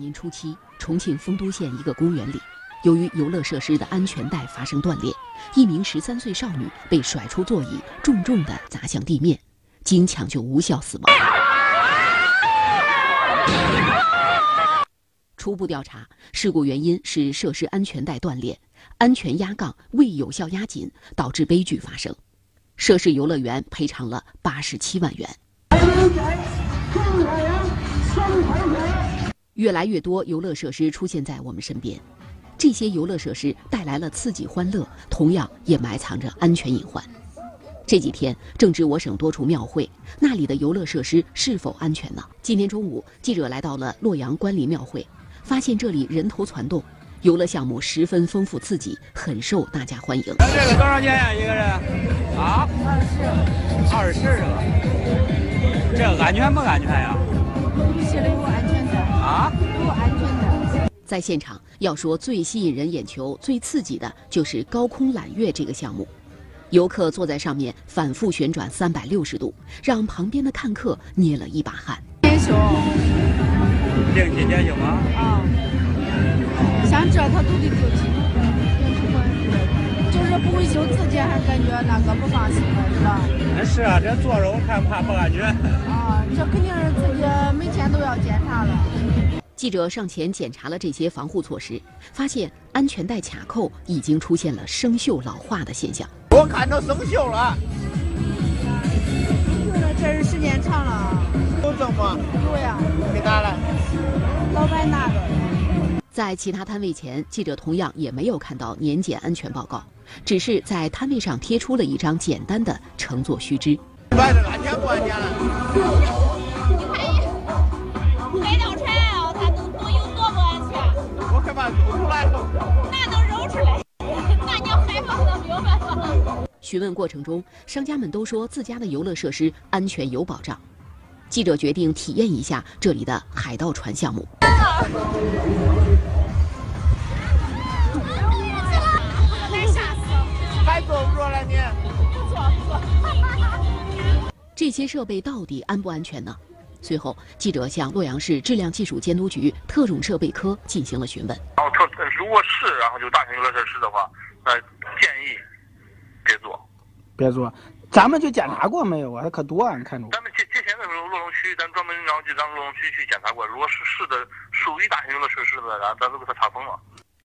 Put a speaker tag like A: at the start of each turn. A: 元初期，重庆丰都县一个公园里，由于游乐设施的安全带发生断裂，一名十三岁少女被甩出座椅，重重地砸向地面，经抢救无效死亡。初步调查，事故原因是设施安全带断裂，安全压杠未有效压紧，导致悲剧发生。涉事游乐园赔偿了八十七万元。越来越多游乐设施出现在我们身边，这些游乐设施带来了刺激欢乐，同样也埋藏着安全隐患。这几天正值我省多处庙会，那里的游乐设施是否安全呢？今天中午，记者来到了洛阳关林庙会，发现这里人头攒动，游乐项目十分丰富刺激，很受大家欢迎。
B: 这个多少钱呀、一个人？啊？二十。二十啊？这个安全不安全呀、
C: 写了有安全的，
B: 啊？
C: 有安全的。
A: 在现场，要说最吸引人眼球、最刺激的就是高空揽月这个项目。游客坐在上面反复旋转三百六十度，让旁边的看客捏了一把汗。
C: 天熊
B: 令姐姐有吗？
C: 啊，想知道他都得丢弃，就是不会修自己还感觉那个不放心了，是吧？
B: 是啊，这坐着我看怕不安全。
C: 啊，这肯定是自己每天都要检查了。
A: 记者上前检查了这些防护措施，发现安全带卡扣已经出现了生锈老化的现象。
B: 我看着生锈了，
C: 用了这是时间长了，
B: 都这么
C: 有呀，
B: 给拿来。
C: 老板拿的。
A: 在其他摊位前，记者同样也没有看到年检安全报告，只是在摊位上贴出了一张简单的乘坐须知。
B: 买这个安全不安全了？
D: 你看一海盗船哦，它都都有多不安全，啊
B: 我害怕走出来了。
D: 那都揉出来，那叫害怕的明白吗？
A: 询问过程中，商家们都说自家的游乐设施安全有保障。记者决定体验一下这里的海盗船项目。
D: 来吓死了，
B: 还坐不着了你？
D: 不错不错。
A: 这些设备到底安不安全呢？随后，记者向洛阳市质量技术监督局特种设备科进行了询问。
E: 然后特呃如果是然后有大型游乐设施的话，那建议别做。
F: 别做，咱们就检查过没有啊？可多啊，你看着我。
E: 咱们之之前的时候，洛阳区咱专门然后就咱洛阳区去检查过，如果是是的属于大型游乐设施的，然后咱都给它查封了。